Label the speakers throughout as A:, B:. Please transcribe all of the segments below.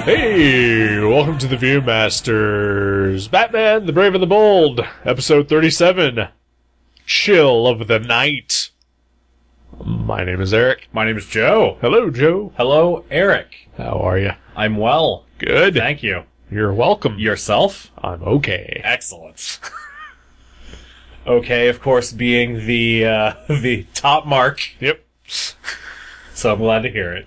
A: Hey, welcome to the Viewmasters. Batman, the Brave and the Bold, episode 37. Chill of the Night. My name is Eric.
B: My name is Joe.
A: Hello, Joe.
B: Hello, Eric.
A: How are you?
B: I'm well.
A: Good.
B: Thank you.
A: You're welcome.
B: Yourself?
A: I'm okay.
B: Excellent. okay, of course, being the uh, the top mark,
A: Yep.
B: so I'm glad to hear it.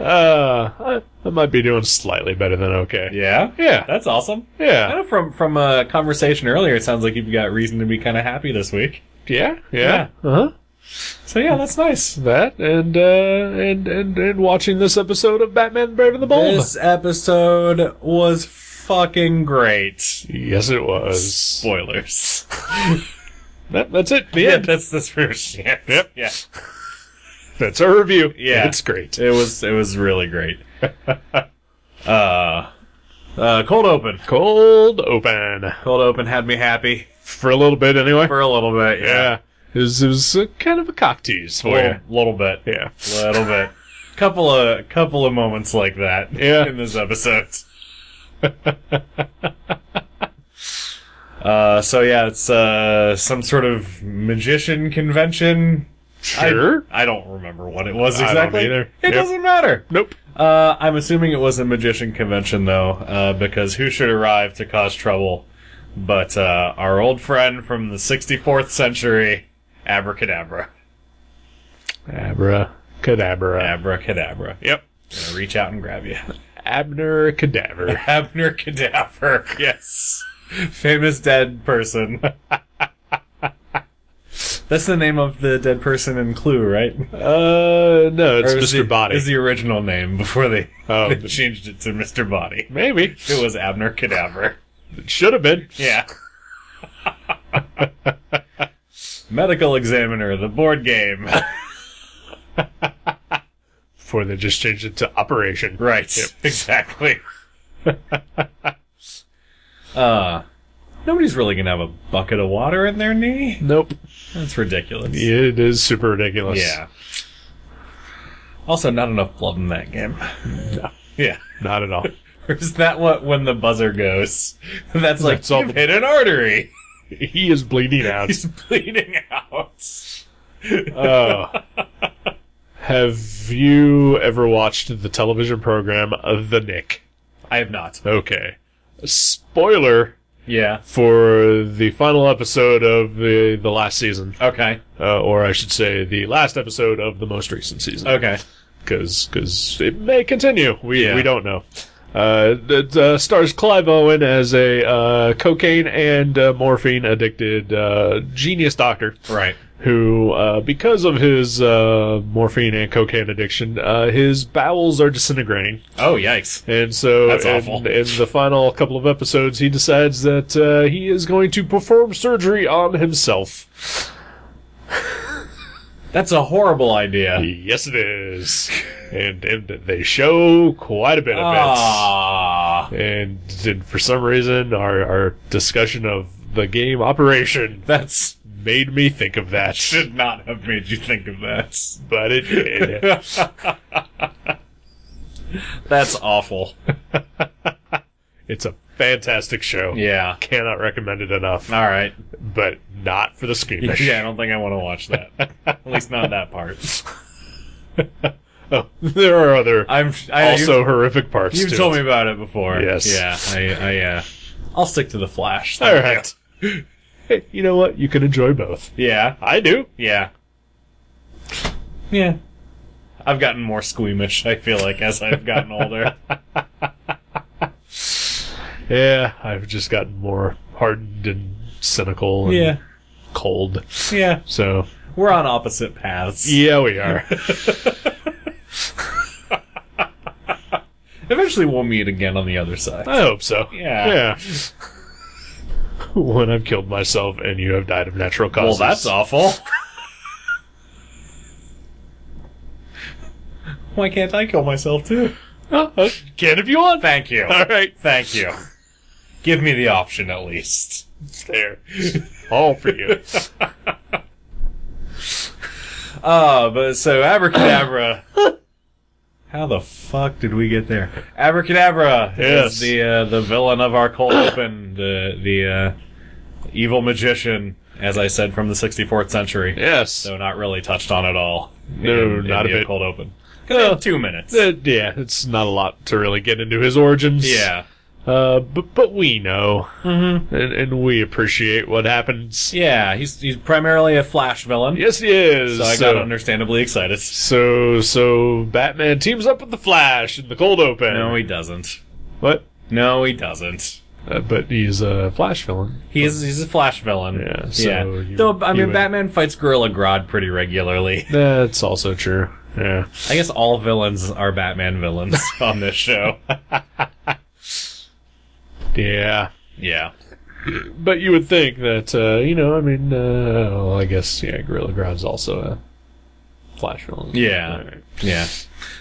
A: Uh, I, I might be doing slightly better than okay.
B: Yeah,
A: Yeah.
B: that's awesome. I
A: Yeah.
B: know from from a conversation earlier, it sounds like you've got reason to be kind of happy this week.
A: Yeah. Yeah. Uh huh.
B: So yeah, that's nice.
A: That and uh and and and watching this episode of Batman, the Brave and the Bold.
B: This episode was fucking great.
A: yes, it was.
B: Spoilers.
A: That, that's it. The
B: yeah,
A: end.
B: that's this first. Yes.
A: Yep.
B: Yeah.
A: That's our review.
B: Yeah.
A: It's great.
B: It was it was really great. uh, uh, cold open.
A: Cold open.
B: Cold open had me happy
A: For a little bit, anyway.
B: for a little bit. Yeah,
A: yeah. It was, it was uh, kind of a cock tease for
B: little, little bit,
A: you. Yeah.
B: little bit. Couple of couple of moments like that.
A: Yeah.
B: in this episode. uh, so yeah, it's uh some sort of magician convention. I-
A: Sure.
B: I, don't remember what it was
A: I don't
B: exactly.
A: either. Yep.
B: It doesn't matter.
A: nope.
B: Uh, I'm assuming it was a magician convention though, uh, because who should arrive to cause trouble but uh, our old friend from the 64th century, Abracadabra.
A: Abra cadabra.
B: Abracadabra.
A: yep.
B: Gonna reach out and grab you.
A: Abner cadaver.
B: Abner Cadaver. Yes. Famous dead person. That's the name of the dead person in Clue, right?
A: uh, no, it's
B: Or
A: Mr.
B: is the-
A: Body.
B: Is the original name before they,
A: Oh.
B: they changed it to Mr. Body.
A: Maybe.
B: It was Abner Cadaver.
A: It should have been.
B: Yeah. Medical Examiner, the board game.
A: Before they just changed it to Operation.
B: right.
A: Yep.
B: Exactly. uh, nobody's really going to have a bucket of water in their knee.
A: Nope.
B: That's ridiculous.
A: It is super ridiculous.
B: Yeah. Also, not enough blood in that game. Yeah.
A: Not at all.
B: Or is that what when the buzzer goes? That's like,
A: That's all
B: you've
A: the-
B: hit an artery.
A: he is bleeding out.
B: He's bleeding out.
A: Oh. Have you ever watched the television program uh, The Nick?
B: I have not.
A: Okay. Spoiler
B: Yeah.
A: for the final episode of the, the last season,
B: Okay.
A: uh, or I should say, the last episode of the most recent season,
B: Okay.
A: because it may continue. We
B: Uh, Yeah.
A: we don't know. Uh, it uh, stars Clive Owen as a uh, cocaine and uh, morphine addicted uh, genius doctor
B: Right.
A: who, uh, because of his uh, morphine and cocaine addiction, uh, his bowels are disintegrating,
B: Oh, yikes.
A: and so
B: That's
A: in,
B: awful.
A: in the final couple of episodes, he decides that uh, he is going to perform surgery on himself.
B: That's a horrible idea.
A: Yes, it is, and and they show quite a bit of it.
B: Ah.
A: And, and for some reason, our our discussion of the game Operation
B: That's
A: made me think of that.
B: should not have made you think of that.
A: But it did.
B: That's awful.
A: it's a fantastic show.
B: Yeah.
A: Cannot recommend it enough.
B: All right.
A: but not for the squeamish.
B: Yeah, I don't think I want to watch that. At least not that part.
A: Oh, there are other
B: I'm I,
A: also horrific parts.
B: You've
A: to
B: told
A: it.
B: me about it before.
A: Yes.
B: Yeah. I, I uh, I'll stick to the Flash.
A: All right. Hey, you know what? You can enjoy both.
B: Yeah.
A: I do.
B: Yeah. Yeah. I've gotten more squeamish. I feel like as I've gotten older.
A: Yeah, I've just gotten more hardened and cynical and
B: yeah.
A: cold.
B: Yeah.
A: So
B: We're on opposite paths.
A: yeah, we are.
B: Eventually, we'll meet again on the other side.
A: I hope so.
B: Yeah.
A: Yeah. when I've killed myself and you have died of natural
B: Well,
A: causes.
B: that's awful. Why can't I kill myself too?
A: all. Can if you want.
B: Thank you.
A: All right.
B: Thank you. Give me the option at least.
A: There. All for you.
B: Uh, but so Ah, Abracadabra How the fuck did we get there? Abracadabra
A: Yes.
B: is the uh, the villain of our cold open, the the uh, evil magician, as I said from the 64th century.
A: Yes.
B: So not really touched on at all.
A: No, not a
B: the
A: bit.
B: Cold open. 'Cause they had two minutes.
A: Uh, yeah, it's not a lot to really get into his origins.
B: yeah.
A: Uh, but but we know, mm-hmm. and, and we appreciate what happens.
B: Yeah, he's he's primarily a Flash villain.
A: Yes, he is.
B: So I
A: so,
B: got understandably excited.
A: so so Batman teams up with the Flash in the cold open.
B: No, he doesn't.
A: what?
B: No, he doesn't.
A: Uh, but he's a Flash villain.
B: He is he's a Flash villain.
A: Yeah, so you-
B: Though I
A: you
B: mean,
A: would-
B: Batman fights Gorilla Grodd pretty regularly.
A: That's also true. Yeah.
B: I guess all villains are Batman villains on this show.
A: Yeah.
B: Yeah.
A: But you would think that uh, you know, I mean, uh, well, I guess yeah, Gorilla Grodd's also a Flash villain.
B: Yeah.
A: Alright.
B: Yeah.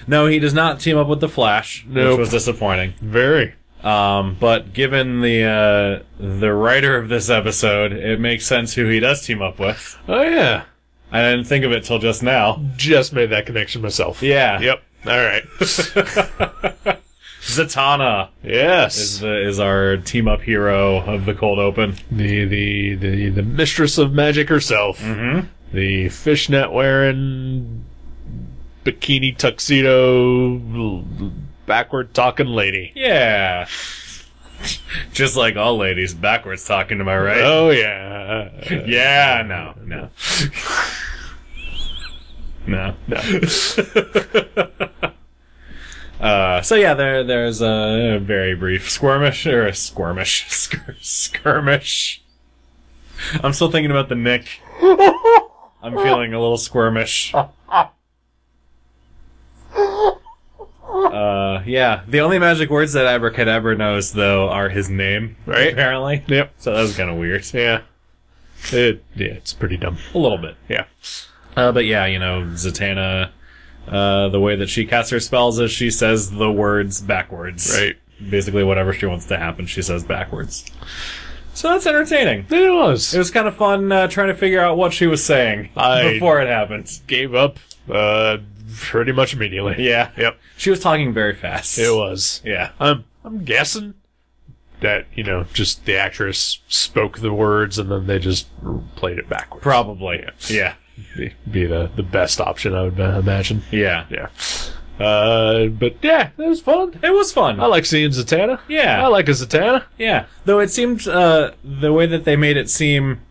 B: No, he does not team up with the Flash,
A: Nope.
B: which was disappointing.
A: Very.
B: Um, but given the uh, the writer of this episode, it makes sense who he does team up with.
A: Oh yeah.
B: I didn't think of it till just now.
A: Just made that connection myself.
B: Yeah.
A: Yep. All right.
B: Zatanna is
A: yes.
B: the, is our team up hero of the cold open.
A: The the the the mistress of magic herself. Mm-hmm. The fishnet wearing, bikini tuxedo, backward talking lady.
B: Yeah. Just like all ladies, backwards talking, am I right?
A: Oh yeah.
B: Yeah, no, no. no. Uh, so yeah, there there's a very brief skirmish or a skirmish skir- skirmish. I'm still thinking about the Nick. I'm feeling a little squirmish. Uh, yeah. The only magic words that Abracadabra knows, though, are his name,
A: Right.
B: Apparently.
A: Yep.
B: So that was kind of weird.
A: Yeah. It, yeah, it's pretty dumb.
B: A little bit.
A: Yeah.
B: Uh, but yeah, you know, Zatanna, uh, the way that she casts her spells is she says the words backwards.
A: Right.
B: Basically, whatever she wants to happen, she says backwards. So that's entertaining.
A: It was.
B: It was kind of fun uh, trying to figure out what she was saying
A: I-
B: before it happened.
A: gave up uh, pretty much immediately.
B: Yeah.
A: Yep.
B: She was talking very fast.
A: It was.
B: Yeah.
A: I'm I'm guessing that you know just the actress spoke the words and then they just played it backwards.
B: Probably. Yeah.
A: Be, be the the best option I would uh, imagine.
B: Yeah.
A: Yeah. Uh, but yeah, it was fun.
B: It was fun.
A: I like seeing Zatanna.
B: Yeah.
A: I like a Zatanna.
B: Yeah, though it seemed uh, the way that they made it seem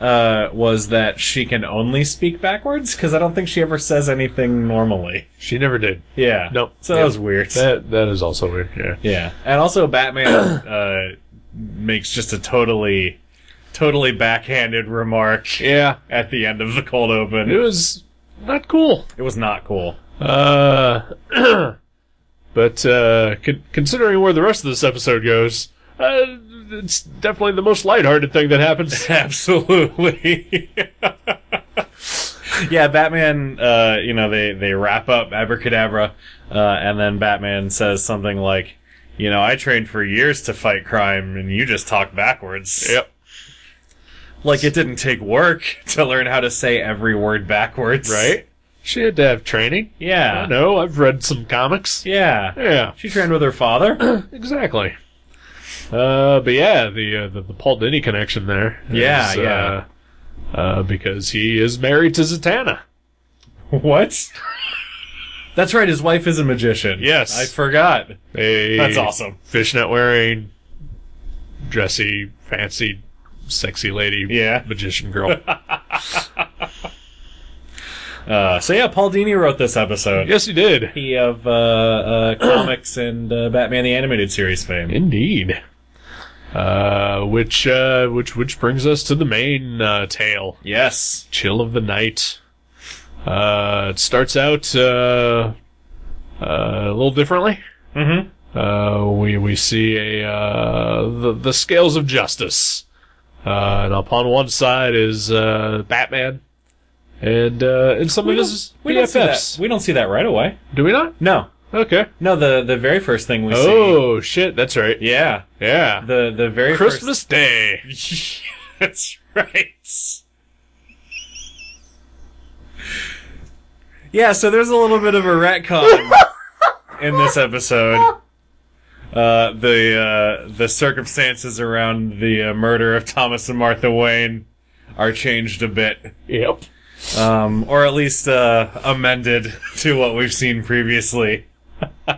B: uh, was that she can only speak backwards because I don't think she ever says anything normally.
A: She never did.
B: Yeah,
A: Nope.
B: So that
A: Yeah.
B: was weird.
A: That that is also weird. Yeah.
B: yeah, and also Batman uh, makes just a totally, totally backhanded remark
A: Yeah.
B: at the end of the cold open.
A: It was not cool.
B: It was not cool.
A: Uh, but uh, con- considering where the rest of this episode goes, uh, it's definitely the most lighthearted thing that happens.
B: Absolutely. yeah, Batman. Uh, you know, they they wrap up Abracadabra, uh, and then Batman says something like, "You know, I trained for years to fight crime, and you just talk backwards.
A: yep.
B: Like it didn't take work to learn how to say every word backwards,
A: Right? She had to have training.
B: Yeah.
A: I know. I've read some comics.
B: Yeah.
A: Yeah,
B: She trained with her father.
A: exactly. Uh, but yeah, the, uh, the the Paul Dini connection there. is,
B: Yeah, yeah.
A: Uh, uh, because he is married to Zatanna.
B: what? That's right. His wife is a magician.
A: Yes.
B: I forgot.
A: A
B: That's awesome.
A: Fishnet wearing, dressy, fancy, sexy lady.
B: Yeah.
A: Magician girl.
B: Uh, so yeah, Paul Dini wrote this episode.
A: yes, he did.
B: He of uh, uh, comics and uh, Batman the Animated Series fame.
A: Indeed. Uh, which uh, which which brings us to the main uh, tale,
B: Yes.
A: Chill of the Night. Uh, it starts out uh, uh, a little differently.
B: Mm-hmm.
A: Uh, we we see a uh, the the scales of justice, uh, and upon one side is uh, Batman, and uh, and some
B: We
A: of
B: don't,
A: his
B: we don't see that.
A: BFFs.
B: We don't see that right away.
A: Do we not?
B: No.
A: Okay.
B: No. The the very first thing we see.
A: Oh shit! That's right.
B: Yeah.
A: Yeah.
B: The the very
A: Christmas Day.
B: First... That's right. Yeah. So there's a little bit of a retcon. in this episode. Uh, the uh, the circumstances around the uh, murder of Thomas and Martha Wayne are changed a bit,
A: Yep.
B: um, or at least uh, amended to what we've seen previously.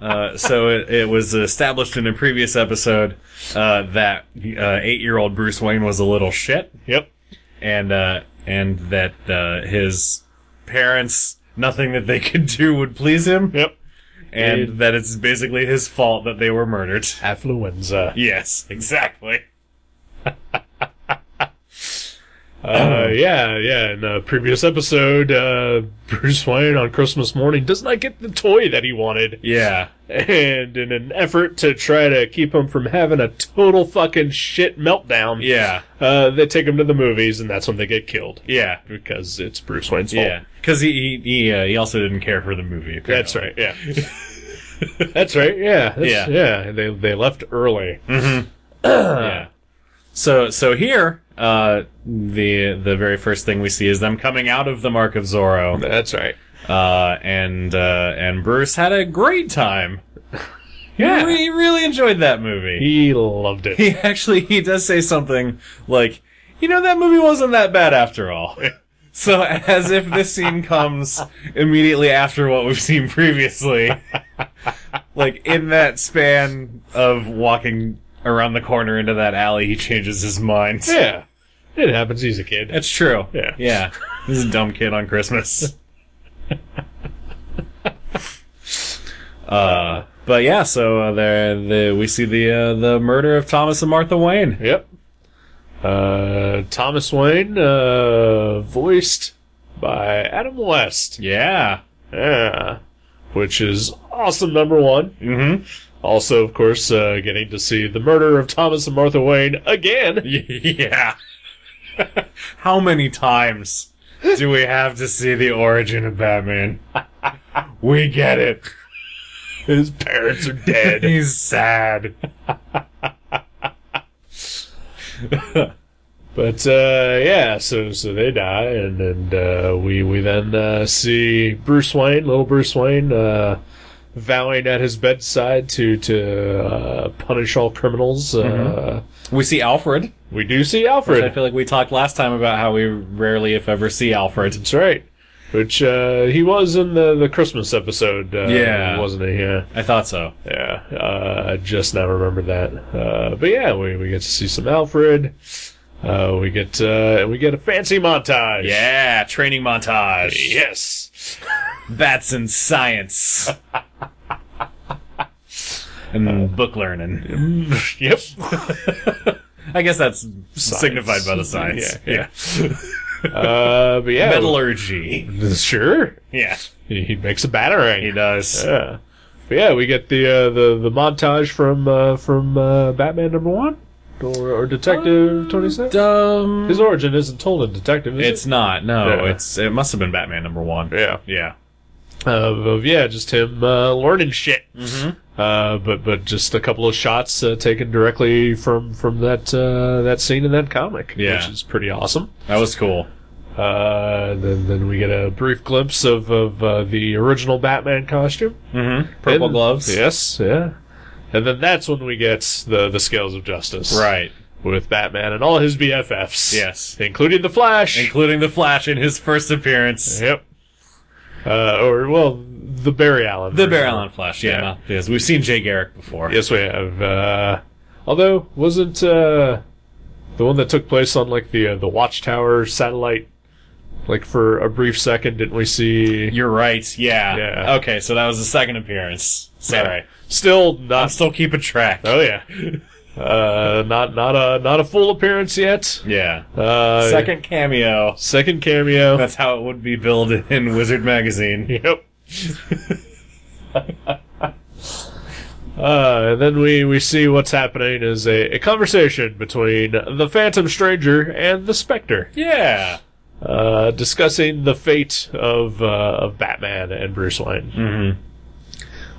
B: Uh, so it, it was established in a previous episode uh, that uh, eight-year-old Bruce Wayne was a little shit
A: Yep.
B: and uh, and that uh, his parents nothing that they could do would please him,
A: Yep.
B: and
A: Indeed.
B: that it's basically his fault that they were murdered.
A: Affluenza.
B: Yes, exactly. Oh.
A: Uh, yeah, yeah. In a previous episode, uh, Bruce Wayne on Christmas morning does not get the toy that he wanted.
B: Yeah,
A: And in an effort to try to keep him from having a total fucking shit meltdown,
B: yeah,
A: uh, they take him to the movies, and that's when they get killed
B: yeah,
A: because it's Bruce Wayne's fault.
B: yeah. Because he he he, uh, he also didn't care for the movie. Apparently.
A: That's right. Yeah. that's right. Yeah. That's,
B: Yeah. Mm.
A: yeah. They they left early.
B: yeah. So so here, uh, the the very first thing we see is them coming out of the Mark of Zorro,
A: That's right.
B: uh, and uh, and Bruce had a great time.
A: Yeah.
B: He re- he really enjoyed that movie.
A: He loved it.
B: he actually he does say something like, you know, that movie wasn't that bad after all. so as if this scene comes immediately after what we've seen previously, like in that span of walking around the corner into that alley, he changes his mind.
A: yeah. It happens. He's a kid.
B: That's true.
A: Yeah.
B: Yeah. This is a dumb kid on Christmas. uh, but yeah, so uh, there, the, we see the uh, the murder of Thomas and Martha Wayne.
A: Yep. Uh, Thomas Wayne, uh, voiced by Adam West.
B: Yeah.
A: Yeah. Which is awesome, number one.
B: Mm-hmm.
A: Also, of course, uh, getting to see the murder of Thomas and Martha Wayne again.
B: Yeah. How many times do we have to see the origin of Batman? We get it.
A: His parents are dead.
B: He's sad.
A: But uh, yeah, so so they die, and and uh, we we then uh, see Bruce Wayne, little Bruce Wayne, uh, vowing at his bedside to to uh, punish all criminals. Uh,
B: We see Alfred.
A: we do see
B: I
A: Alfred.
B: feel like we talked last time about how we rarely, if ever, see Alfred.
A: That's right. Which uh, he was in the the Christmas episode. Uh,
B: Yeah.
A: wasn't he? Yeah,
B: I thought so.
A: yeah. Uh, I just now remember that. Uh, but yeah, we we get to see some Alfred. Uh, we get uh, and we get a fancy montage.
B: Yeah, training montage.
A: Yes.
B: Bats and science. and book learning.
A: Yep.
B: I guess that's signified by the science.
A: Yeah. yeah. uh, but yeah.
B: Metallurgy.
A: Sure.
B: Yeah.
A: He he makes a batarang.
B: He does.
A: Yeah. But yeah, we get the uh, the the montage from uh, from uh, Batman number one or, or
B: Uh,
A: Detective twenty six.
B: Dumb.
A: His origin isn't told in Detective. Is
B: It's not. No,
A: Yeah.
B: it's it must have been Batman number one.
A: it? yeah.
B: Yeah.
A: Uh, of yeah, just him uh, learning shit. Mm-hmm. Uh, but but just a couple of shots uh, taken directly from from that uh, that scene in that comic,
B: Yeah.
A: which is pretty awesome.
B: That was cool.
A: Uh, then, then we get a brief glimpse of, of uh, the original Batman costume.
B: Mm-hmm. Purple
A: And-
B: gloves.
A: Yes, yeah. And then that's when we get the, the Scales of Justice.
B: Right.
A: With Batman and all his BFFs.
B: Yes.
A: Including the Flash.
B: Including the Flash in his first appearance.
A: yep. Uh, or, well, the Barry Allen.
B: The
A: version.
B: Barry Allen Flash. Yeah.
A: Yeah.
B: not- yes, we've seen Jay Garrick before.
A: Yes, we have. Uh, although, wasn't uh, the one that took place on, like, the, uh, the Watchtower satellite, like, for a brief second, didn't we see.
B: You're right. Yeah.
A: Yeah.
B: Okay, so that was the second appearance. Sorry.
A: Still
B: I'm
A: not
B: still keeping track.
A: Oh yeah, uh, not not a not a full appearance yet.
B: Yeah.
A: Uh,
B: second cameo.
A: second cameo.
B: That's how it would be billed in Wizard magazine.
A: yep. Uh, and then we, we see what's happening is a, a conversation between the Phantom Stranger and the Spectre,
B: Yeah.
A: uh, discussing the fate of uh, of Batman and Bruce Wayne.
B: Mhm.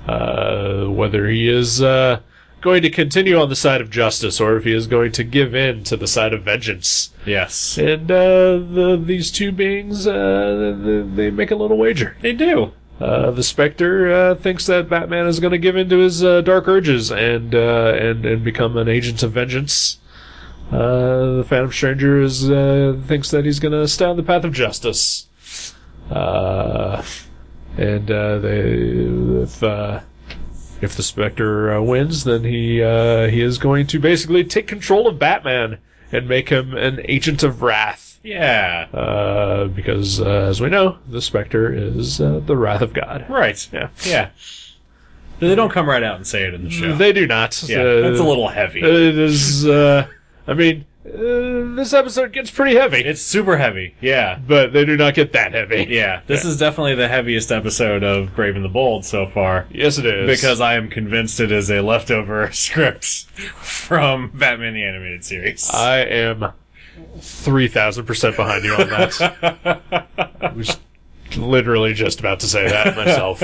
A: Uh, whether he is uh, going to continue on the side of justice or if he is going to give in to the side of vengeance.
B: Yes.
A: and uh, the, these two beings uh, th- th- they make a little wager.
B: They do.
A: Uh, the Spectre uh, thinks that Batman is going to give in to his uh, dark urges and uh, and and become an agent of vengeance. Uh, the Phantom Stranger is uh, thinks that he's going to stay on the path of justice. Uh, and uh, they, if uh, if the Spectre uh, wins, then he uh, he is going to basically take control of Batman and make him an agent of wrath.
B: Yeah.
A: Uh, because uh, as we know, the Spectre is uh, the wrath of God.
B: Right.
A: Yeah.
B: Yeah. They don't come right out and say it in the show.
A: They do not.
B: yeah.
A: Uh,
B: that's a little heavy.
A: It is. Uh, I mean, uh, this episode gets pretty heavy,
B: it's super heavy. Yeah.
A: but they do not get that heavy.
B: Yeah. This is definitely the heaviest episode of Brave and the Bold so far.
A: Yes, it is.
B: Because I am convinced it is a leftover script from Batman the Animated Series.
A: I am three thousand percent behind you on that. I was literally just about to say that myself.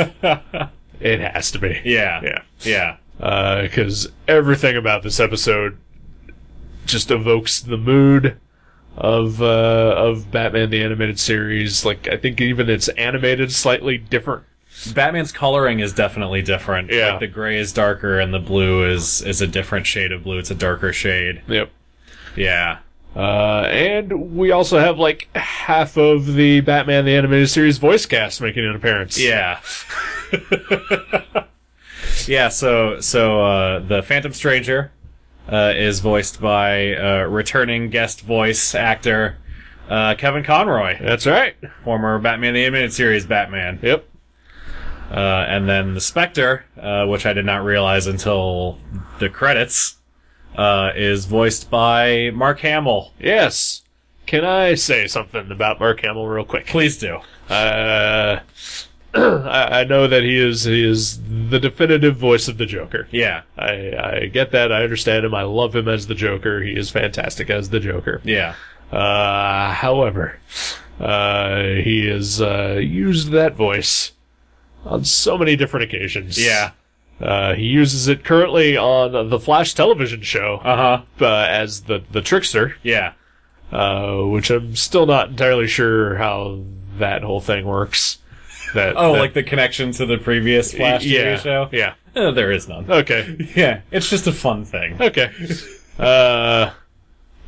A: It has to be.
B: yeah.
A: Yeah.
B: Yeah.
A: because Uh, everything about this episode just evokes the mood of uh, of Batman the animated series. Like I think even it's animated slightly different.
B: Batman's coloring is definitely different.
A: Yeah.
B: Like the gray is darker and the blue is is a different shade of blue. It's a darker shade.
A: Yep.
B: Yeah.
A: Uh, and we also have like half of the Batman the animated series voice cast making an appearance.
B: Yeah. yeah, so so uh the Phantom Stranger uh is voiced by uh returning guest voice actor uh Kevin Conroy,
A: that's right.
B: former Batman the Animated Series Batman.
A: Yep.
B: Uh, and then the Spectre, uh, which I did not realize until the credits, uh, is voiced by Mark Hamill.
A: Yes. Can I say something about Mark Hamill real quick?
B: Please do.
A: Uh, I, I know that he is he is the definitive voice of the Joker.
B: Yeah,
A: I, I get that. I understand him. I love him as the Joker. He is fantastic as the Joker.
B: yeah,
A: Uh, however, uh, he has uh, used that voice on so many different occasions.
B: yeah.
A: Uh, he uses it currently on the Flash television show
B: Uh huh.
A: uh, as the, the trickster,
B: Yeah,
A: uh, which I'm still not entirely sure how that whole thing works. That
B: Oh,
A: that-
B: like the connection to the previous Flash TV
A: yeah,
B: show?
A: Yeah.
B: Uh, there is none.
A: Okay.
B: Yeah, it's just a fun thing.
A: Okay. Uh,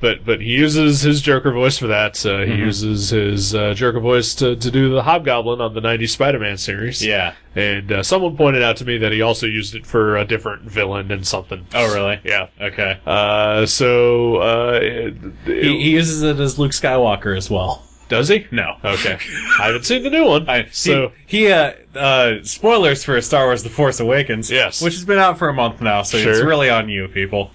A: but but he uses his Joker voice for that. Uh,
B: Mm-hmm.
A: He uses his uh, Joker voice to, to do the Hobgoblin on the '90s Spider-Man series.
B: Yeah.
A: And uh, someone pointed out to me that he also used it for a different villain and something.
B: Oh, really?
A: Yeah.
B: Okay.
A: Uh, so uh, it- it-
B: He, he uses it as Luke Skywalker as well.
A: does he?
B: No.
A: Okay. I haven't seen the new one.
B: I,
A: so
B: so he, uh, uh, spoilers for Star Wars: The Force Awakens,
A: Yes.
B: which has been out for a month now, so it's
A: Sure.
B: really on you, people.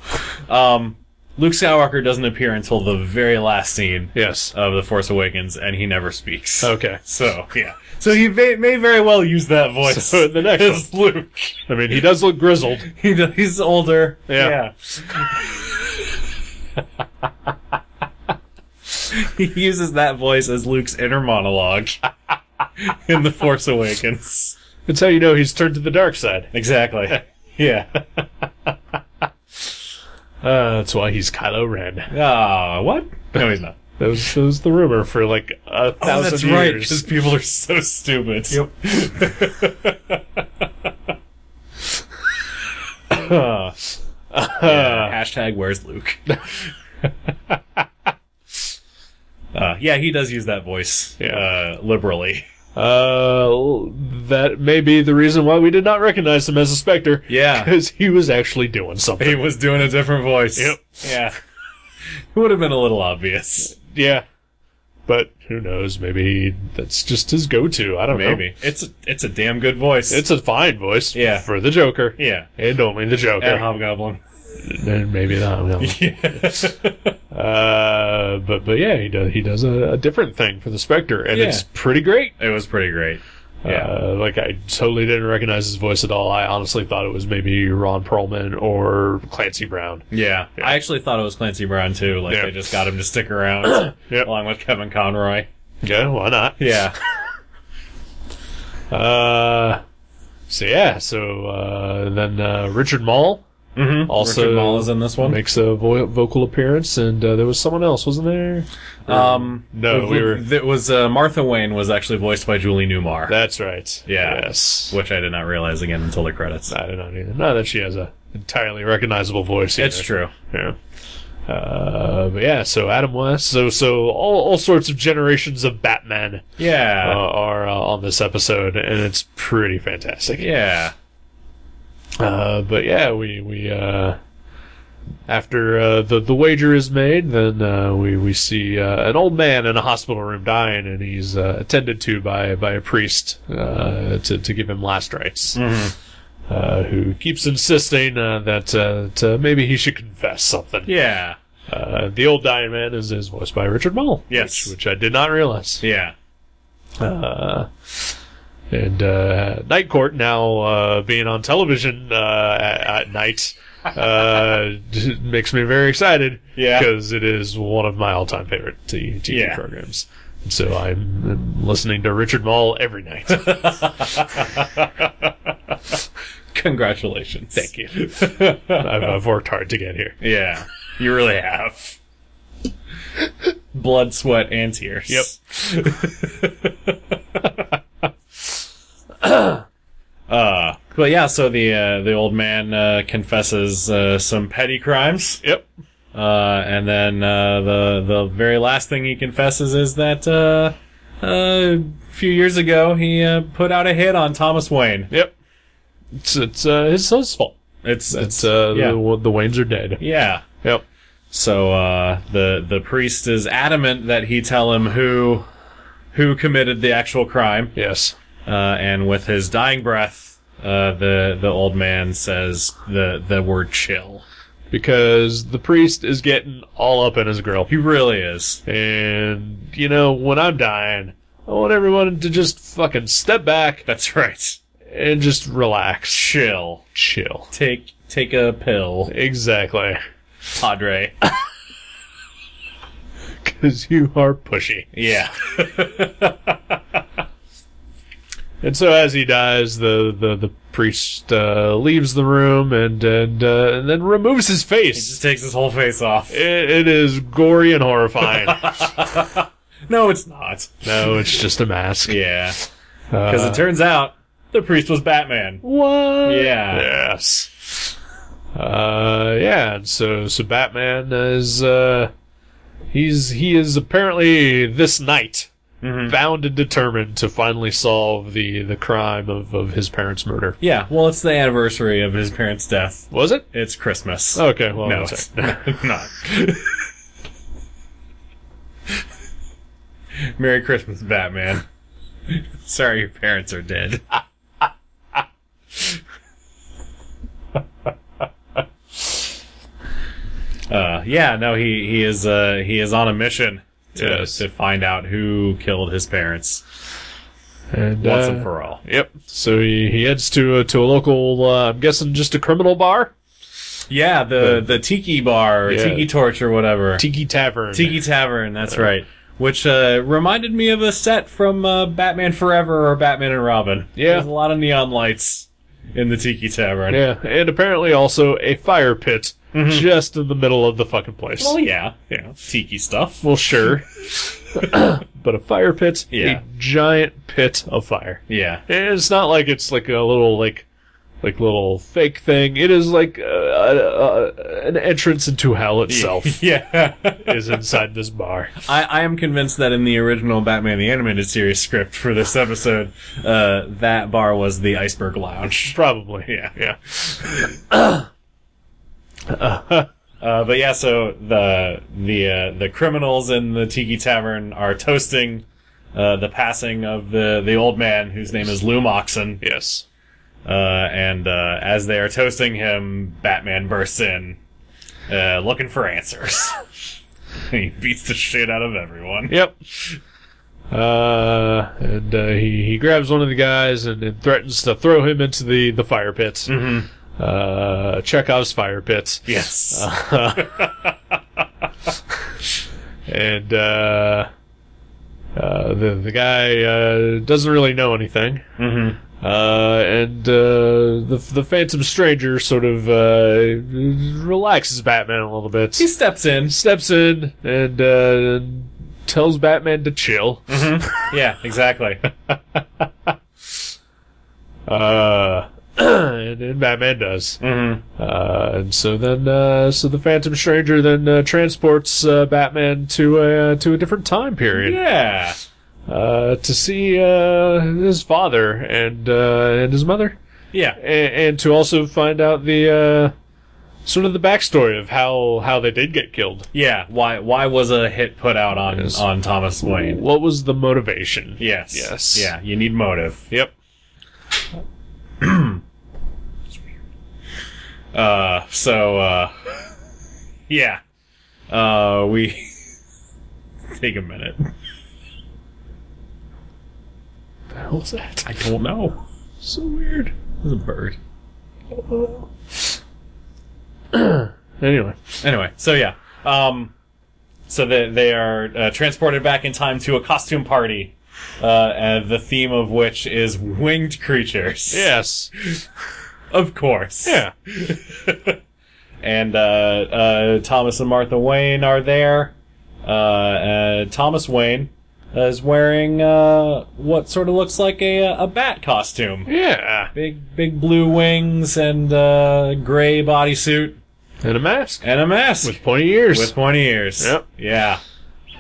B: Um, Luke Skywalker doesn't appear until the very last scene
A: yes.
B: of The Force Awakens, and he never speaks.
A: Okay.
B: So yeah, so he may, may very well use that voice.
A: So in the next
B: as Luke,
A: I mean, he does look grizzled.
B: he does, he's older.
A: Yeah.
B: yeah. he uses that voice as Luke's inner monologue in The Force Awakens.
A: That's how you know he's turned to the dark side.
B: Exactly. Yeah.
A: Uh, that's why he's Kylo Ren.
B: Ah, what? No, he's not.
A: That was, that was the rumor for like a
B: Oh,
A: thousand
B: that's right.
A: years.
B: Because people are so stupid.
A: Yep.
B: Ah. Yeah, hashtag where's Luke? uh, yeah, he does use that voice
A: Yeah.
B: uh, liberally.
A: Uh, l- that may be the reason why we did not recognize him as a Spectre.
B: Yeah.
A: because he was actually doing
B: He
A: something.
B: was doing a different voice.
A: Yep.
B: Yeah. It would have been a little obvious.
A: yeah, but who knows? Maybe that's just his go-to. I don't know.
B: Maybe. It's a, it's a damn good voice.
A: it's a fine voice.
B: Yeah.
A: for the Joker.
B: yeah. Uh-huh.
A: And only the Joker,
B: And Hobgoblin.
A: and maybe the Hobgoblin. Uh, but but yeah, he does he does a, a different thing for the Spectre, and
B: Yeah.
A: it's pretty great.
B: It was pretty great. Yeah.
A: Uh, like I totally didn't recognize his voice at all. I honestly thought it was maybe Ron Perlman or Clancy Brown.
B: yeah. I actually thought it was Clancy Brown too. Like
A: Yeah.
B: they just got him to stick around
A: Yep.
B: along with Kevin Conroy.
A: Yeah, why not?
B: Yeah.
A: Uh, so yeah, so uh, then uh, Richard Mall
B: Mm-hmm.
A: Also-
B: Richard Mall is in this one.
A: makes a vo- vocal appearance, and uh, there was someone else, wasn't there?
B: Um,
A: No, we were-
B: That was uh, Martha Wayne was actually voiced by Julie Newmar,
A: That's right.
B: Yeah.
A: Yes.
B: which I did not realize again until the credits.
A: I don't know either. Not that she has a entirely recognizable voice. Either.
B: It's true.
A: Yeah. Uh, but yeah, so Adam West, so so all, all sorts of generations of Batman uh,
B: Yeah,
A: are uh, on this episode, and it's pretty fantastic.
B: yeah.
A: Uh, but yeah, we we uh, after uh, the the wager is made, then uh, we we see uh, an old man in a hospital room dying, and he's uh, attended to by by a priest uh, to to give him last rites.
B: Mm-hmm.
A: Uh, who keeps insisting uh, that uh, that, uh, maybe he should confess something?
B: Yeah.
A: Uh, the old dying man is, is voiced by Richard Mole.
B: Yes.
A: Which, which I did not realize.
B: Yeah.
A: Uh, and uh, Night Court now uh, being on television uh, at, at night uh, d- makes me very excited.
B: Yeah.
A: Because it is one of my all time favorite t- TV
B: Yeah.
A: programs. And so I'm, I'm listening to Richard Mall every night.
B: Congratulations.
A: Thank you. I've, I've worked hard to get here.
B: Yeah. You really have. Blood, sweat, and tears.
A: Yep.
B: uh, but yeah, so the uh, the old man uh, confesses uh, some petty crimes,
A: Yep.
B: uh, and then uh, the the very last thing he confesses is that uh, uh, a few years ago he uh, put out a hit on Thomas Wayne.
A: Yep. It's, it's uh, his son's fault.
B: It's
A: It's
B: it's
A: uh,
B: yeah.
A: the, the Waynes are dead.
B: yeah.
A: Yep.
B: So uh, the the priest is adamant that he tell him who who committed the actual crime,
A: Yes.
B: uh, and with his dying breath, uh, the the old man says the the word chill.
A: because the priest is getting all up in his grill.
B: He really is.
A: And, you know, when I'm dying, I want everyone to just fucking step back
B: That's right.
A: and just relax.
B: Chill.
A: Chill.
B: Take take a pill,
A: Exactly.
B: Padre.
A: Because you are pushy.
B: yeah.
A: And so as he dies, the, the, the priest uh, leaves the room and, and, uh, and then removes his
B: Just
A: face.
B: takes his whole face off.
A: It, it is gory and horrifying.
B: No, it's not.
A: no, it's just a mask.
B: Yeah. Because
A: Uh.
B: it turns out the priest was Batman.
A: What?
B: Yeah.
A: Yes. Uh, yeah. And so, so Batman is, uh, he's, he is apparently this night
B: Mm-hmm.
A: bound and determined to finally solve the, the crime of, of his parents' murder.
B: Yeah. Well, it's the anniversary of his parents' death.
A: Was it?
B: It's Christmas.
A: Okay. Well,
B: no,
A: that's
B: it's
A: it.
B: not. Merry Christmas, Batman. Sorry your parents are dead. uh, yeah, no, he he is uh, he is on a mission to
A: Yes.
B: to find out who killed his parents
A: And,
B: once
A: uh,
B: and for all.
A: Yep. So he, he heads to a, to a local, uh, I'm guessing just a criminal bar,
B: Yeah, the the tiki bar, or
A: Yeah.
B: tiki torch, or whatever.
A: Tiki Tavern.
B: Tiki Tavern, that's right. Which uh, reminded me of a set from uh, Batman Forever or Batman and Robin.
A: Yeah.
B: There's a lot of neon lights in the Tiki Tavern.
A: Yeah, and apparently also a fire pit
B: Mm-hmm.
A: just in the middle of the fucking place.
B: Well, Oh, yeah. yeah. Tiki stuff.
A: Well, sure. but a fire pit,
B: Yeah.
A: a giant pit of fire.
B: Yeah.
A: And it's not like it's like a little like like little fake thing. It is like uh, uh, uh, an entrance into hell itself
B: yeah.
A: is inside this bar.
B: I, I am convinced that in the original Batman the Animated Series script for this episode, uh, that bar was the Iceberg Lounge.
A: Probably.
B: Yeah.
A: Yeah.
B: Uh, but yeah, so the the uh, the criminals in the Tiki Tavern are toasting uh, the passing of the the old man whose name is Lou Moxon.
A: Yes.
B: Uh, and uh, as they are toasting him, Batman bursts in, uh, looking for answers. he beats the shit out of everyone.
A: Yep. Uh, and uh, he he grabs one of the guys and, and threatens to throw him into the the fire pit. Mm-hmm. Uh, Chekhov's fire pit.
B: Yes.
A: and uh, Uh, the the guy uh, doesn't really know anything,
B: Mm-hmm.
A: uh, and uh, the the Phantom Stranger sort of uh, relaxes Batman a little bit.
B: He steps in.
A: steps in and uh, tells Batman to chill.
B: Yeah, exactly.
A: Uh, and, and Batman does.
B: mm-hmm.
A: Uh, and so then, uh, so the Phantom Stranger then uh, transports uh, Batman to a to a different time period
B: Yeah.
A: uh, to see uh, his father and uh, and his mother,
B: Yeah.
A: and, and to also find out the uh, sort of the backstory of how how they did get killed.
B: Yeah. Why why was a hit put out on
A: Yes.
B: on Thomas Wayne?
A: What was the motivation?
B: Yes.
A: Yes.
B: Yeah, you need motive.
A: Yep.
B: Uh so uh Yeah. Uh we take a minute.
A: The hell's that?
B: I don't know.
A: So weird.
B: It's a bird.
A: Anyway.
B: Anyway, so yeah. Um so they, they are uh, transported back in time to a costume party. Uh, and the theme of which is winged creatures.
A: Yes.
B: Of course.
A: Yeah.
B: and uh, uh, Thomas and Martha Wayne are there. Uh, uh, Thomas Wayne is wearing uh, what sort of looks like a, a bat costume.
A: Yeah.
B: Big, big blue wings and uh, gray bodysuit
A: And a mask.
B: and a mask
A: With pointy ears.
B: with pointy ears.
A: Yep.
B: Yeah.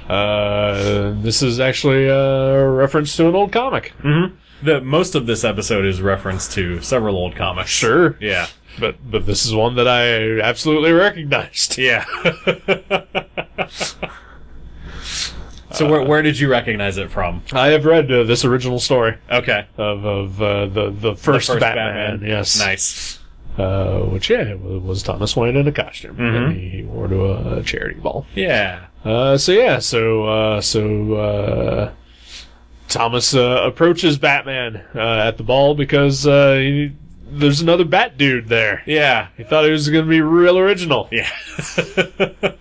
A: uh, this is actually a reference to an old comic.
B: The most of this episode is referenced to several old comics.
A: Sure.
B: Yeah.
A: But but this is one that I absolutely recognized.
B: Yeah. so where where did you recognize it from?
A: I have read uh, this original story
B: Okay.
A: of of uh, the the first, Batman, Yes.
B: Nice.
A: Uh, which yeah, it wa- was Thomas Wayne in a costume. And he, he wore to a charity ball.
B: Yeah.
A: Uh, so yeah, so uh, so uh, Thomas uh, approaches Batman uh, at the ball because uh, he, there's another Bat dude there.
B: Yeah.
A: He thought he was going to be real original,
B: Yeah.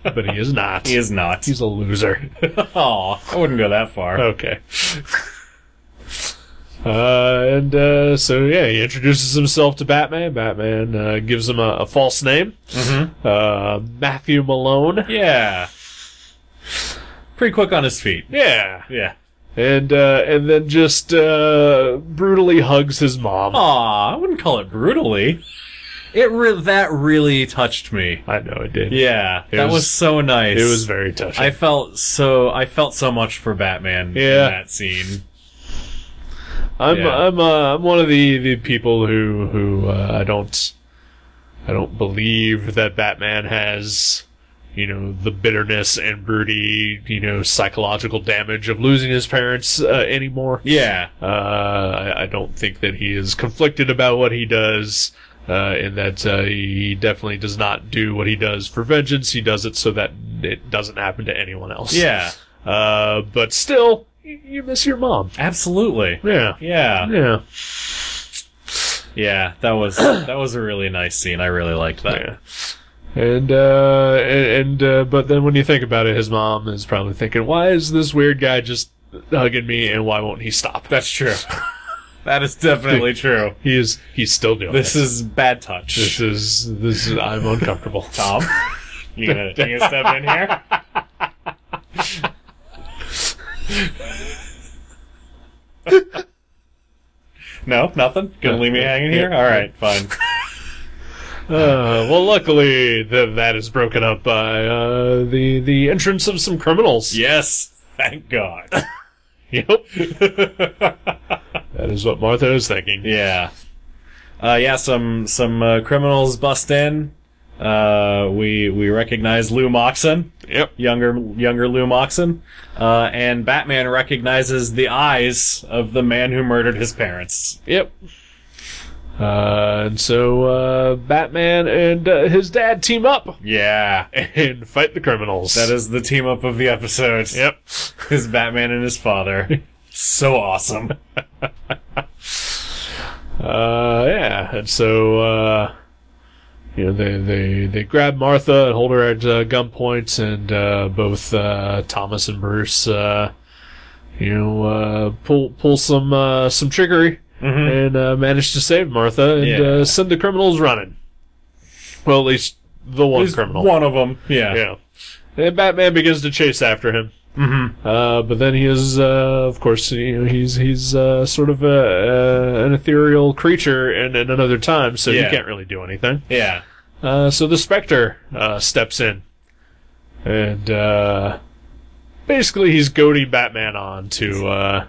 A: but he is not.
B: he is not.
A: He's Oh. a loser.
B: Aw, I wouldn't go that far.
A: okay. Uh, and uh, so yeah, he introduces himself to Batman. Batman uh, gives him a, a false name,
B: Mm-hmm.
A: uh, Matthew Malone.
B: Yeah. Pretty quick on his feet.
A: Yeah,
B: Yeah.
A: and uh, and then just uh, brutally hugs his mom.
B: Aw, I wouldn't call it brutally. It re- that really touched me.
A: I know it did.
B: Yeah,
A: It
B: that was,
A: was-
B: so nice.
A: It was very touching.
B: I felt so. I felt so much for Batman
A: Yeah.
B: in that scene.
A: I'm
B: yeah.
A: I'm uh, I'm one of the, the people who who uh, I don't I don't believe that Batman has you know the bitterness and broody you know psychological damage of losing his parents uh, anymore.
B: Yeah.
A: Uh, I, I don't think that he is conflicted about what he does. Uh, in that uh, he definitely does not do what he does for vengeance. He does it so that it doesn't happen to anyone else.
B: Yeah.
A: Uh, but still, you, you miss your mom.
B: Absolutely.
A: Yeah.
B: Yeah.
A: Yeah.
B: Yeah. That was that was a really nice scene. I really liked that.
A: Yeah. And uh and, and uh but then when you think about it, his mom is probably thinking, Why is this weird guy just hugging me and why won't he stop?
B: That's true. that is definitely true.
A: He is he's still doing
B: This
A: this.
B: is bad touch.
A: This is this is I'm uncomfortable.
B: Tom, you gonna, you gonna step in here? no, nothing. Gonna leave me hanging here. All right, fine.
A: Uh, well luckily th- that is broken up by uh the the entrance of some criminals.
B: Yes, thank God.
A: Yep. that is what Martha is thinking.
B: Yeah, uh, yeah. Some some uh, criminals bust in. Uh, we we recognize Lou Moxon,
A: Yep.
B: younger younger Lou Moxon, uh, and Batman recognizes the eyes of the man who murdered his parents.
A: Yep. Uh, and so uh, Batman and uh, his dad team up
B: Yeah.
A: and fight the criminals.
B: That is the team up of the episode.
A: Yep.
B: His Batman and his father. so awesome.
A: Uh, yeah. And so, uh, you know, they, they, they grab Martha and hold her at uh, gunpoint, and uh, both uh, Thomas and Bruce uh, you know, uh, pull pull some uh, some trickery
B: Mhm.
A: and uh, manage to save Martha and
B: Yeah.
A: uh, send the criminals running. Well, at least the one
B: There's
A: criminal.
B: One of them. Yeah.
A: Yeah. And Batman begins to chase after him.
B: Mm-hmm.
A: Uh, but then he is, uh, of course, you know, he's he's uh, sort of a, uh, an ethereal creature in, in another time, so
B: Yeah.
A: he can't really do anything.
B: Yeah.
A: Uh, so the Spectre uh, steps in, and uh, basically he's goading Batman on to uh,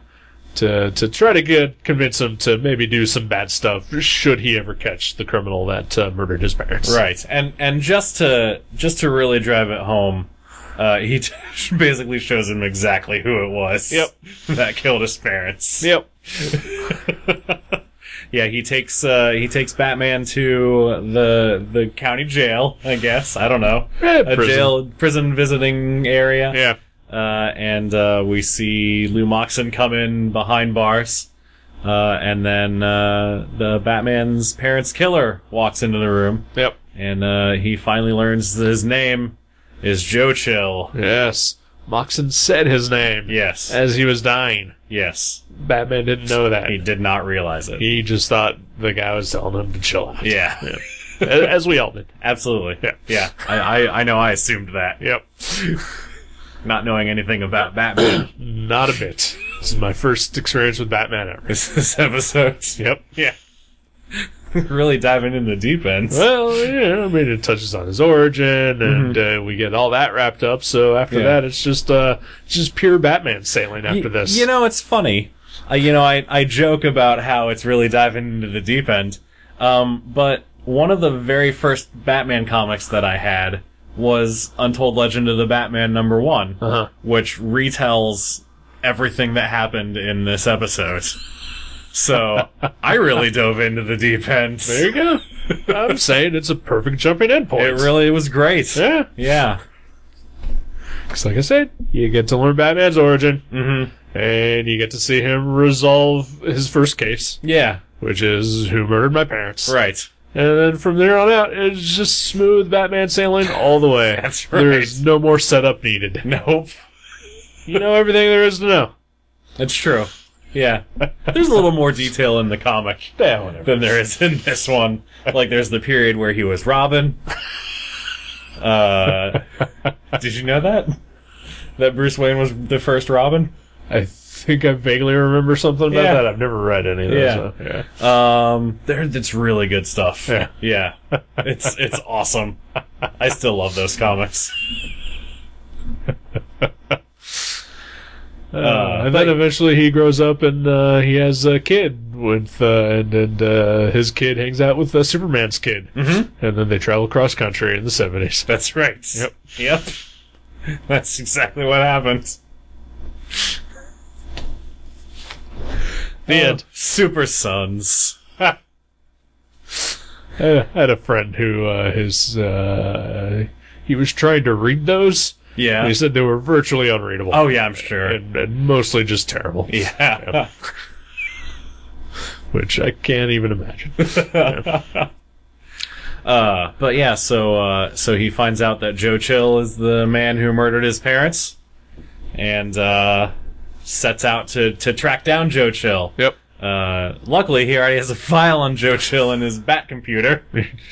A: to to try to get convince him to maybe do some bad stuff should he ever catch the criminal that uh, murdered his parents.
B: Right. And and just to just to really drive it home, uh, he t- basically shows him exactly who it was.
A: Yep.
B: That killed his parents.
A: Yep.
B: Yeah, he takes uh, he takes Batman to the the county jail, I guess. I don't know.
A: Eh,
B: A
A: prison.
B: jail prison visiting area.
A: Yeah.
B: Uh, and uh, we see Lou Moxon come in behind bars. Uh, and then uh, the Batman's parents' killer walks into the room,
A: Yep.
B: and uh, he finally learns that his name is Joe Chill.
A: Yes. Moxon said his name.
B: Yes,
A: As he was dying,
B: yes.
A: Batman didn't know that.
B: He did not realize it.
A: He just thought the guy was telling him to chill out.
B: yeah,
A: As as we all did.
B: absolutely.
A: Yeah.
B: yeah. I, I, I know. I assumed that,
A: Yep.
B: not knowing anything about Batman.
A: Not a bit. This is my first experience with Batman ever.
B: this, this episode,
A: Yep. Yeah.
B: really diving into the deep end.
A: Well, yeah, I mean, it touches on his origin, and uh, we get all that wrapped up. So after
B: Mm-hmm. Yeah.
A: that, it's just uh, it's just pure Batman sailing after
B: Y-
A: this.
B: You know, it's funny. Uh, you know, I, I joke about how it's really diving into the deep end. Um, but one of the very first Batman comics that I had was Untold Legend of the Batman number one,
A: Uh-huh.
B: which retells everything that happened in this episode. So I really dove into the deep end.
A: there you go. I'm saying it's a perfect jumping in point.
B: It really was great.
A: yeah.
B: Yeah.
A: 'Cause like I said, you get to learn Batman's origin,
B: hmm
A: and you get to see him resolve his first case,
B: Yeah.
A: which is who murdered my parents.
B: Right.
A: And then from there on out, it's just smooth Batman sailing all the way.
B: That's right.
A: There's no more setup needed.
B: Nope.
A: You know everything there is to know.
B: It's true. Yeah. There's a little more detail in the comic.
A: Yeah, whatever.
B: than there is in this one. Like, there's the period where he was Robin. Uh, did you know that? That Bruce Wayne was the first Robin?
A: I think I vaguely remember something about
B: Yeah.
A: that. I've never read any of
B: Yeah.
A: those. so, yeah.
B: Um, there, it's really good stuff.
A: Yeah.
B: Yeah. It's, it's awesome. I still love those comics.
A: Uh, and then eventually he grows up and uh, he has a kid with, uh, and, and uh, his kid hangs out with uh, Superman's kid. Mm-hmm. And then they travel cross country in the 70s.
B: That's right.
A: Yep.
B: Yep. That's exactly what happened.
A: The end.
B: Super Sons.
A: I had a friend who uh, his uh, he was trying to read those.
B: Yeah.
A: And he said they were virtually unreadable.
B: Oh, yeah, I'm sure.
A: and, and mostly just terrible.
B: yeah.
A: Which I can't even imagine.
B: Uh, but yeah, so uh, so he finds out that Joe Chill is the man who murdered his parents, and uh, sets out to to track down Joe Chill.
A: yep.
B: Uh, luckily, he already has a file on Joe Chill in his bat computer,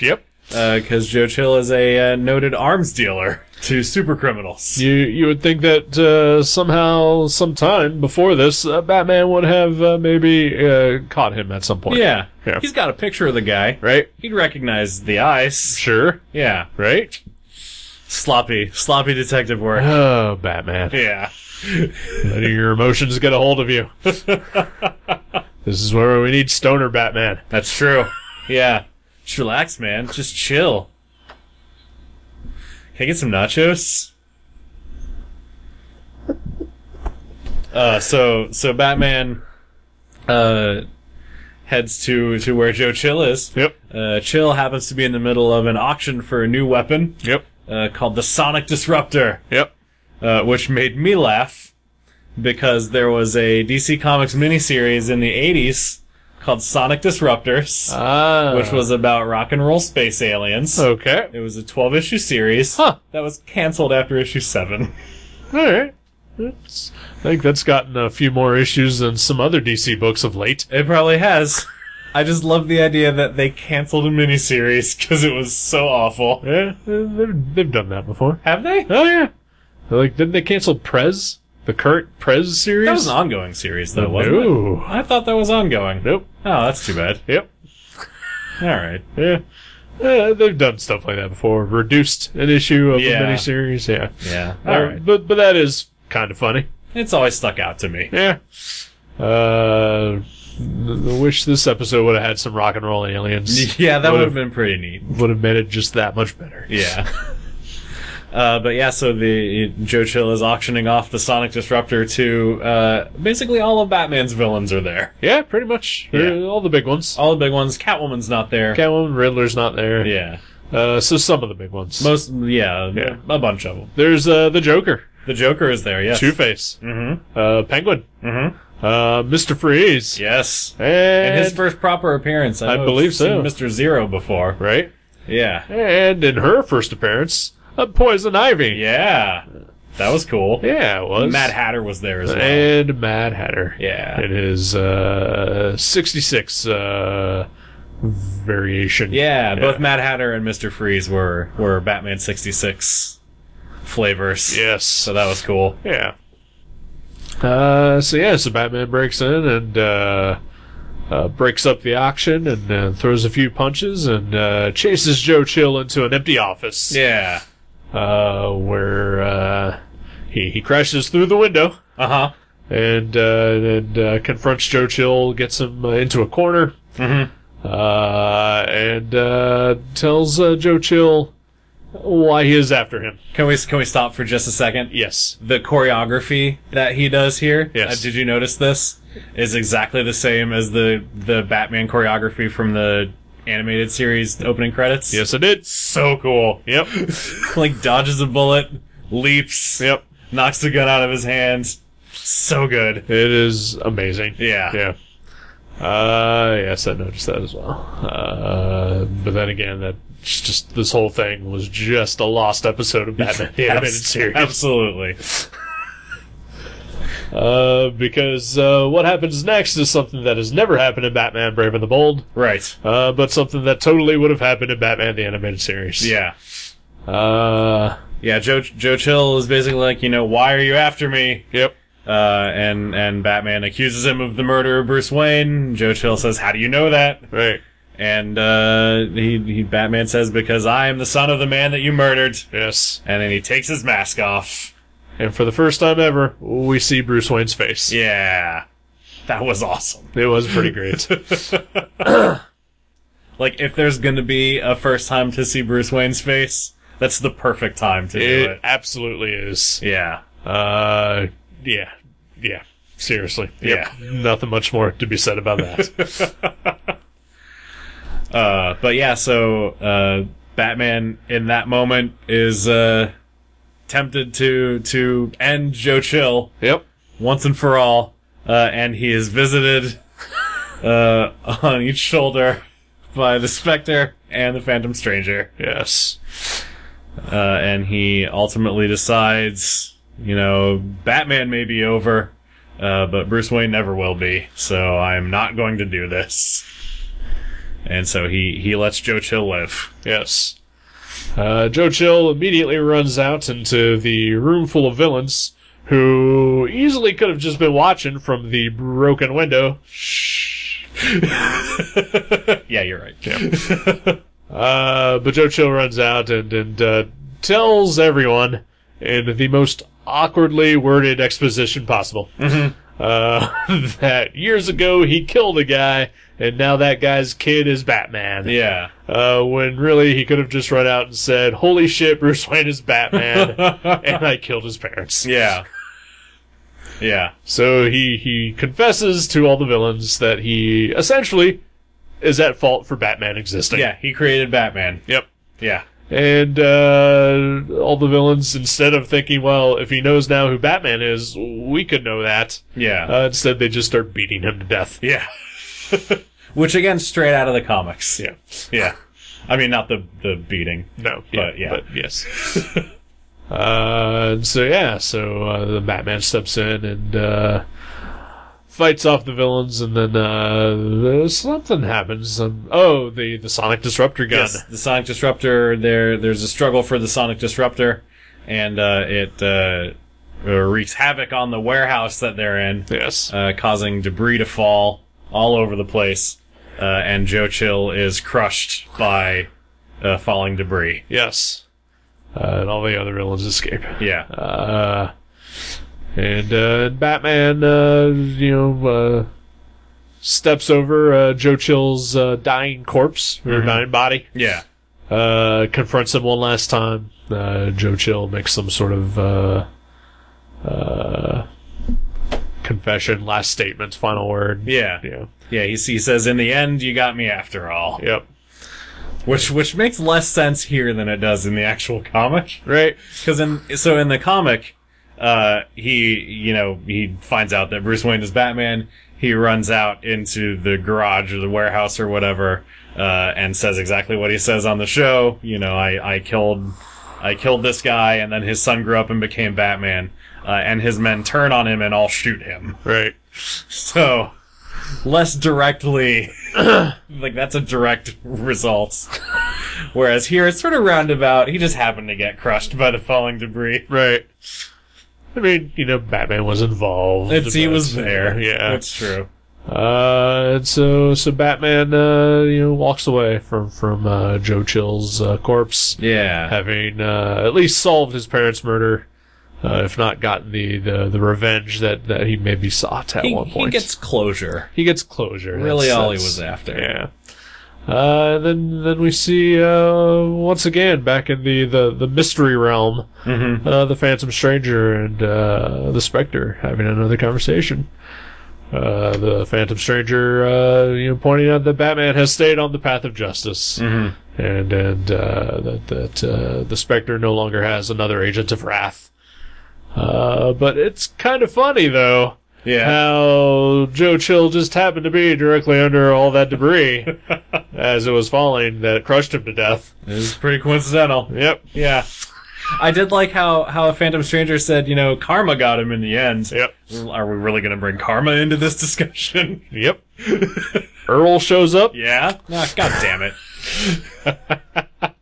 A: Yep.
B: because Joe Chill is a uh, noted arms dealer to super criminals.
A: You you would think that uh, somehow, sometime before this, uh, Batman would have uh, maybe uh, caught him at some point.
B: Yeah.
A: Yeah.
B: he's got a picture of the guy.
A: Right.
B: He'd recognize the eyes.
A: Sure.
B: Yeah,
A: Right.
B: sloppy, sloppy detective work.
A: Oh, Batman.
B: Yeah.
A: Letting your emotions get a hold of you. this is where we need stoner Batman.
B: That's true. Yeah. Just relax, man. Just chill. Can I get some nachos? Uh, so so Batman uh, heads to to where Joe Chill is.
A: Yep.
B: Uh, Chill happens to be in the middle of an auction for a new weapon
A: Yep.
B: uh, called the Sonic Disruptor,
A: Yep.
B: uh, which made me laugh because there was a DC Comics miniseries in the '80s called Sonic Disruptors
A: Ah.
B: which was about rock and roll space aliens. It
A: okay.
B: was a 12 issue series
A: Huh.
B: that was canceled after issue 7.
A: All right. It's, I think that's gotten a few more issues than some other DC books of late.
B: It probably has. I just love the idea that they canceled a miniseries because it was so awful.
A: Yeah, uh, they've, they've done that before.
B: Have they?
A: Oh yeah, They're like didn't they cancel Prez, the current Prez series?
B: That was an ongoing series, though, wasn't it?
A: no,
B: I thought that was ongoing.
A: nope,
B: Oh, that's too bad.
A: yep,
B: All right.
A: yeah. Yeah, they've done stuff like that before. Reduced an issue of a
B: Yeah.
A: miniseries, yeah.
B: Yeah.
A: Uh,
B: All right.
A: But but that is kind of funny.
B: It's always stuck out to me.
A: Yeah. Uh, th- I wish this episode would have had some rock and roll aliens.
B: Yeah, that would
A: Would've-
B: have been pretty neat.
A: would have made it just that much better.
B: Yeah. Uh, but yeah, so the Joe Chill is auctioning off the Sonic Disruptor to uh, basically all of Batman's villains are there.
A: Yeah, pretty much.
B: Yeah.
A: Uh, All the big ones.
B: All the big ones. Catwoman's not there.
A: Catwoman, Riddler's not there.
B: yeah,
A: Uh, so some of the big ones.
B: most yeah,
A: Yeah.
B: a bunch of them.
A: There's uh, the Joker,
B: The Joker is there. Yes.
A: Two Face,
B: Mm-hmm.
A: uh, Penguin,
B: Mm-hmm.
A: uh, Mister Freeze,
B: Yes.
A: and,
B: And his first proper appearance.
A: I
B: know
A: believe
B: I've seen
A: so.
B: Mr. Zero before.
A: right,
B: Yeah.
A: and in her first appearance, uh, Poison Ivy.
B: Yeah. That was cool.
A: Yeah, it was
B: Mad Hatter was there as well.
A: and Mad Hatter.
B: yeah.
A: It is uh, 66 uh, variation.
B: yeah. Both
A: Yeah.
B: Mad Hatter and Mr. Freeze were were Batman 66 flavors.
A: Yes.
B: So that was cool.
A: yeah. Uh, so yeah, so Batman breaks in and uh, uh, breaks up the auction and uh, throws a few punches and uh, chases Joe Chill into an empty office.
B: Yeah.
A: Uh, where uh, he he crashes through the window
B: Uh-huh.
A: and uh, and uh, confronts Joe Chill, gets him uh, into a corner.
B: Mhm.
A: uh, and uh, tells uh, Joe Chill why he is after him.
B: Can we can we stop for just a second?
A: Yes.
B: The choreography that he does here,
A: Yes.
B: uh, did you notice this? Is exactly the same as the the Batman choreography from the animated series opening credits.
A: Yes, it did.
B: So cool.
A: Yep.
B: like dodges a bullet, leaps,
A: yep.
B: knocks the gun out of his hands. So good.
A: It is amazing.
B: Yeah.
A: Yeah. Uh, yes, I noticed that as well. Uh, but then again, that just this whole thing was just a lost episode of Batman the animated
B: Abs-
A: series.
B: Absolutely.
A: Uh, because uh, what happens next is something that has never happened in Batman: Brave and the Bold,
B: Right.
A: uh, but something that totally would have happened in Batman the animated series.
B: Yeah.
A: Uh,
B: Yeah, Joe Joe Chill is basically like, you know, why are you after me?
A: yep.
B: Uh, and and Batman accuses him of the murder of Bruce Wayne. Joe Chill says, "How do you know that?"
A: Right.
B: And uh, he, he Batman says, "Because I am the son of the man that you murdered."
A: Yes.
B: And then he takes his mask off.
A: And for the first time ever, we see Bruce Wayne's face.
B: Yeah, that was awesome.
A: It was pretty great.
B: Like, if there's gonna be a first time to see Bruce Wayne's face, that's the perfect time to do
A: it
B: it.
A: absolutely is.
B: Yeah.
A: Uh, yeah. Yeah. Seriously. Yep. Nothing much more to be said about that.
B: Uh, but yeah, so, uh, Batman in that moment is, uh, tempted to, to end Joe Chill
A: yep.
B: once and for all, uh, and he is visited, uh, on each shoulder by the Spectre and the Phantom Stranger.
A: Yes.
B: Uh, and he ultimately decides, you know, Batman may be over, uh, but Bruce Wayne never will be, so I'm not going to do this. And so he, he lets Joe Chill live.
A: Yes. Uh, Joe Chill immediately runs out into the room full of villains who easily could have just been watching from the broken window.
B: Yeah, you're right.
A: Uh, but Joe Chill runs out and, and uh, tells everyone in the most awkwardly worded exposition possible uh, that years ago he killed a guy and now that guy's kid is Batman.
B: Yeah.
A: Uh, when really he could have just run out and said, Holy shit, Bruce Wayne is Batman and I killed his parents.
B: Yeah. Yeah.
A: So he, he confesses to all the villains that he essentially is at fault for Batman existing.
B: Yeah, he created Batman.
A: Yep.
B: Yeah.
A: And uh, all the villains, instead of thinking, well, if he knows now who Batman is, we could know that.
B: Yeah.
A: Uh, instead, they just start beating him to death.
B: yeah. Which again, straight out of the comics.
A: Yeah.
B: Yeah. I mean, not the, the beating.
A: No.
B: But, yeah.
A: But yes. Uh, and so yeah, so uh, the Batman steps in and uh, fights off the villains, and then uh, there's something happens. Um, oh, the the Sonic Disruptor gun.
B: Yes, the Sonic Disruptor. There, there's a struggle for the Sonic Disruptor, and uh, it uh, wreaks havoc on the warehouse that they're in,
A: Yes.
B: uh, causing debris to fall all over the place. Uh, and Joe Chill is crushed by uh, falling debris.
A: Yes. Uh, and all the other villains escape.
B: Yeah,
A: Uh, and uh, Batman, uh, you know, uh, steps over uh, Joe Chill's uh, dying corpse
B: Mm-hmm.
A: or dying body,
B: yeah,
A: uh, confronts him one last time. Uh, Joe Chill makes some sort of uh, uh, confession, last statement, final word.
B: yeah,
A: Yeah.
B: yeah. He, he says, "In the end, you got me after all,"
A: Yep.
B: which which makes less sense here than it does in the actual comic.
A: Right.
B: Because in so in the comic, uh, he you know he finds out that Bruce Wayne is Batman. He runs out into the garage or the warehouse or whatever, uh, and says exactly what he says on the show. You know, I I killed, I killed this guy, and then his son grew up and became Batman. Uh, and his men turn on him and all shoot him.
A: Right.
B: So, less directly, like that's a direct result. Whereas here, it's sort of roundabout. He just happened to get crushed by the falling debris.
A: Right. I mean, you know, Batman was involved.
B: It's he
A: but-
B: was there.
A: Yeah.
B: that's true.
A: Uh, and so so Batman, uh, you know, walks away from from uh, Joe Chill's uh, corpse,
B: Yeah,
A: having uh, at least solved his parents' murder, uh, if not gotten the, the the revenge that that he maybe sought at
B: he,
A: one
B: he
A: point.
B: gets closure.
A: he gets closure.
B: Really,
A: That's-
B: all he
A: that's-
B: was after.
A: Yeah. Uh, and then then we see uh, once again back in the the, the mystery realm,
B: Mm-hmm.
A: uh, the Phantom Stranger and uh, the Spectre having another conversation. Uh, the Phantom Stranger, uh, you know, pointing out that Batman has stayed on the path of justice, and and uh, that that uh, the Spectre no longer has another agent of wrath. Uh, but it's kind of funny though Uh,
B: Yeah,
A: how Joe Chill just happened to be directly under all that debris as it was falling that crushed him to death.
B: it was pretty coincidental.
A: Yep,
B: Yeah. I did like how how Phantom Stranger said, you know, karma got him in the end.
A: yep,
B: Are we really going to bring karma into this discussion?
A: yep. Earl shows up.
B: Yeah. No, God damn it.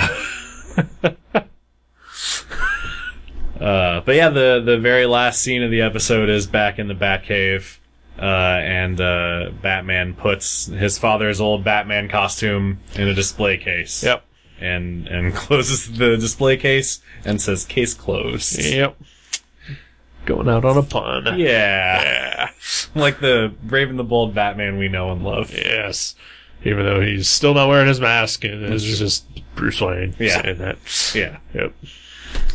B: uh, Uh, but yeah, the the very last scene of the episode is back in the Batcave, uh, and uh, Batman puts his father's old Batman costume in a display case.
A: Yep.
B: And and closes the display case and says case closed.
A: Yep. Going out on a pun.
B: Yeah. Like the Brave and the Bold Batman we know and love.
A: Yes. Even though he's still not wearing his mask and it's just Bruce Wayne
B: Yeah.
A: saying that.
B: Yeah.
A: Yep.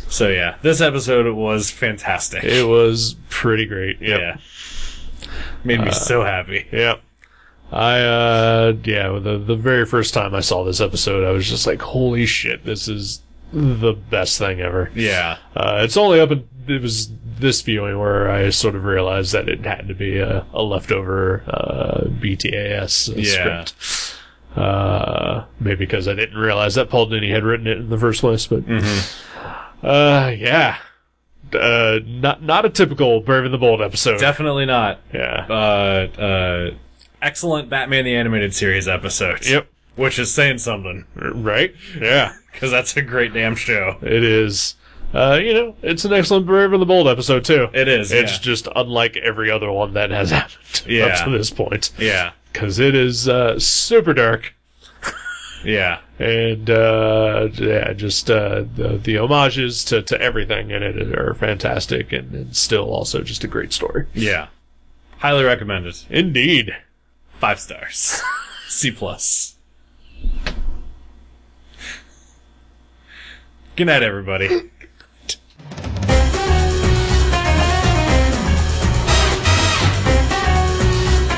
B: So yeah, this episode was fantastic.
A: It was pretty great. Yep.
B: Yeah. Made me so happy.
A: Yep. I uh yeah, the the very first time I saw this episode I was just like, holy shit, this is the best thing ever.
B: Yeah.
A: Uh, it's only up in it was this viewing where I sort of realized that it had to be a, a leftover uh, BTAS
B: Yeah.
A: script. Uh, maybe because I didn't realize that Paul Dini had written it in the first place, but uh, yeah, uh, not not a typical Brave and the Bold episode.
B: Definitely not.
A: yeah.
B: Uh, uh, excellent Batman the Animated Series episode.
A: Yep.
B: Which is saying something,
A: Right. Yeah.
B: because that's a great damn show.
A: It is. Uh, you know, it's an excellent Brave and the Bold episode too.
B: It is.
A: It's
B: yeah.
A: just unlike every other one that has happened
B: Yeah.
A: up to this point.
B: yeah.
A: because it is uh, super dark
B: Yeah.
A: and uh, yeah, just uh, the, the homages to, to everything in it are fantastic and, and still also just a great story.
B: Yeah. Highly recommended.
A: Indeed.
B: Five stars. C plus. Good night, everybody.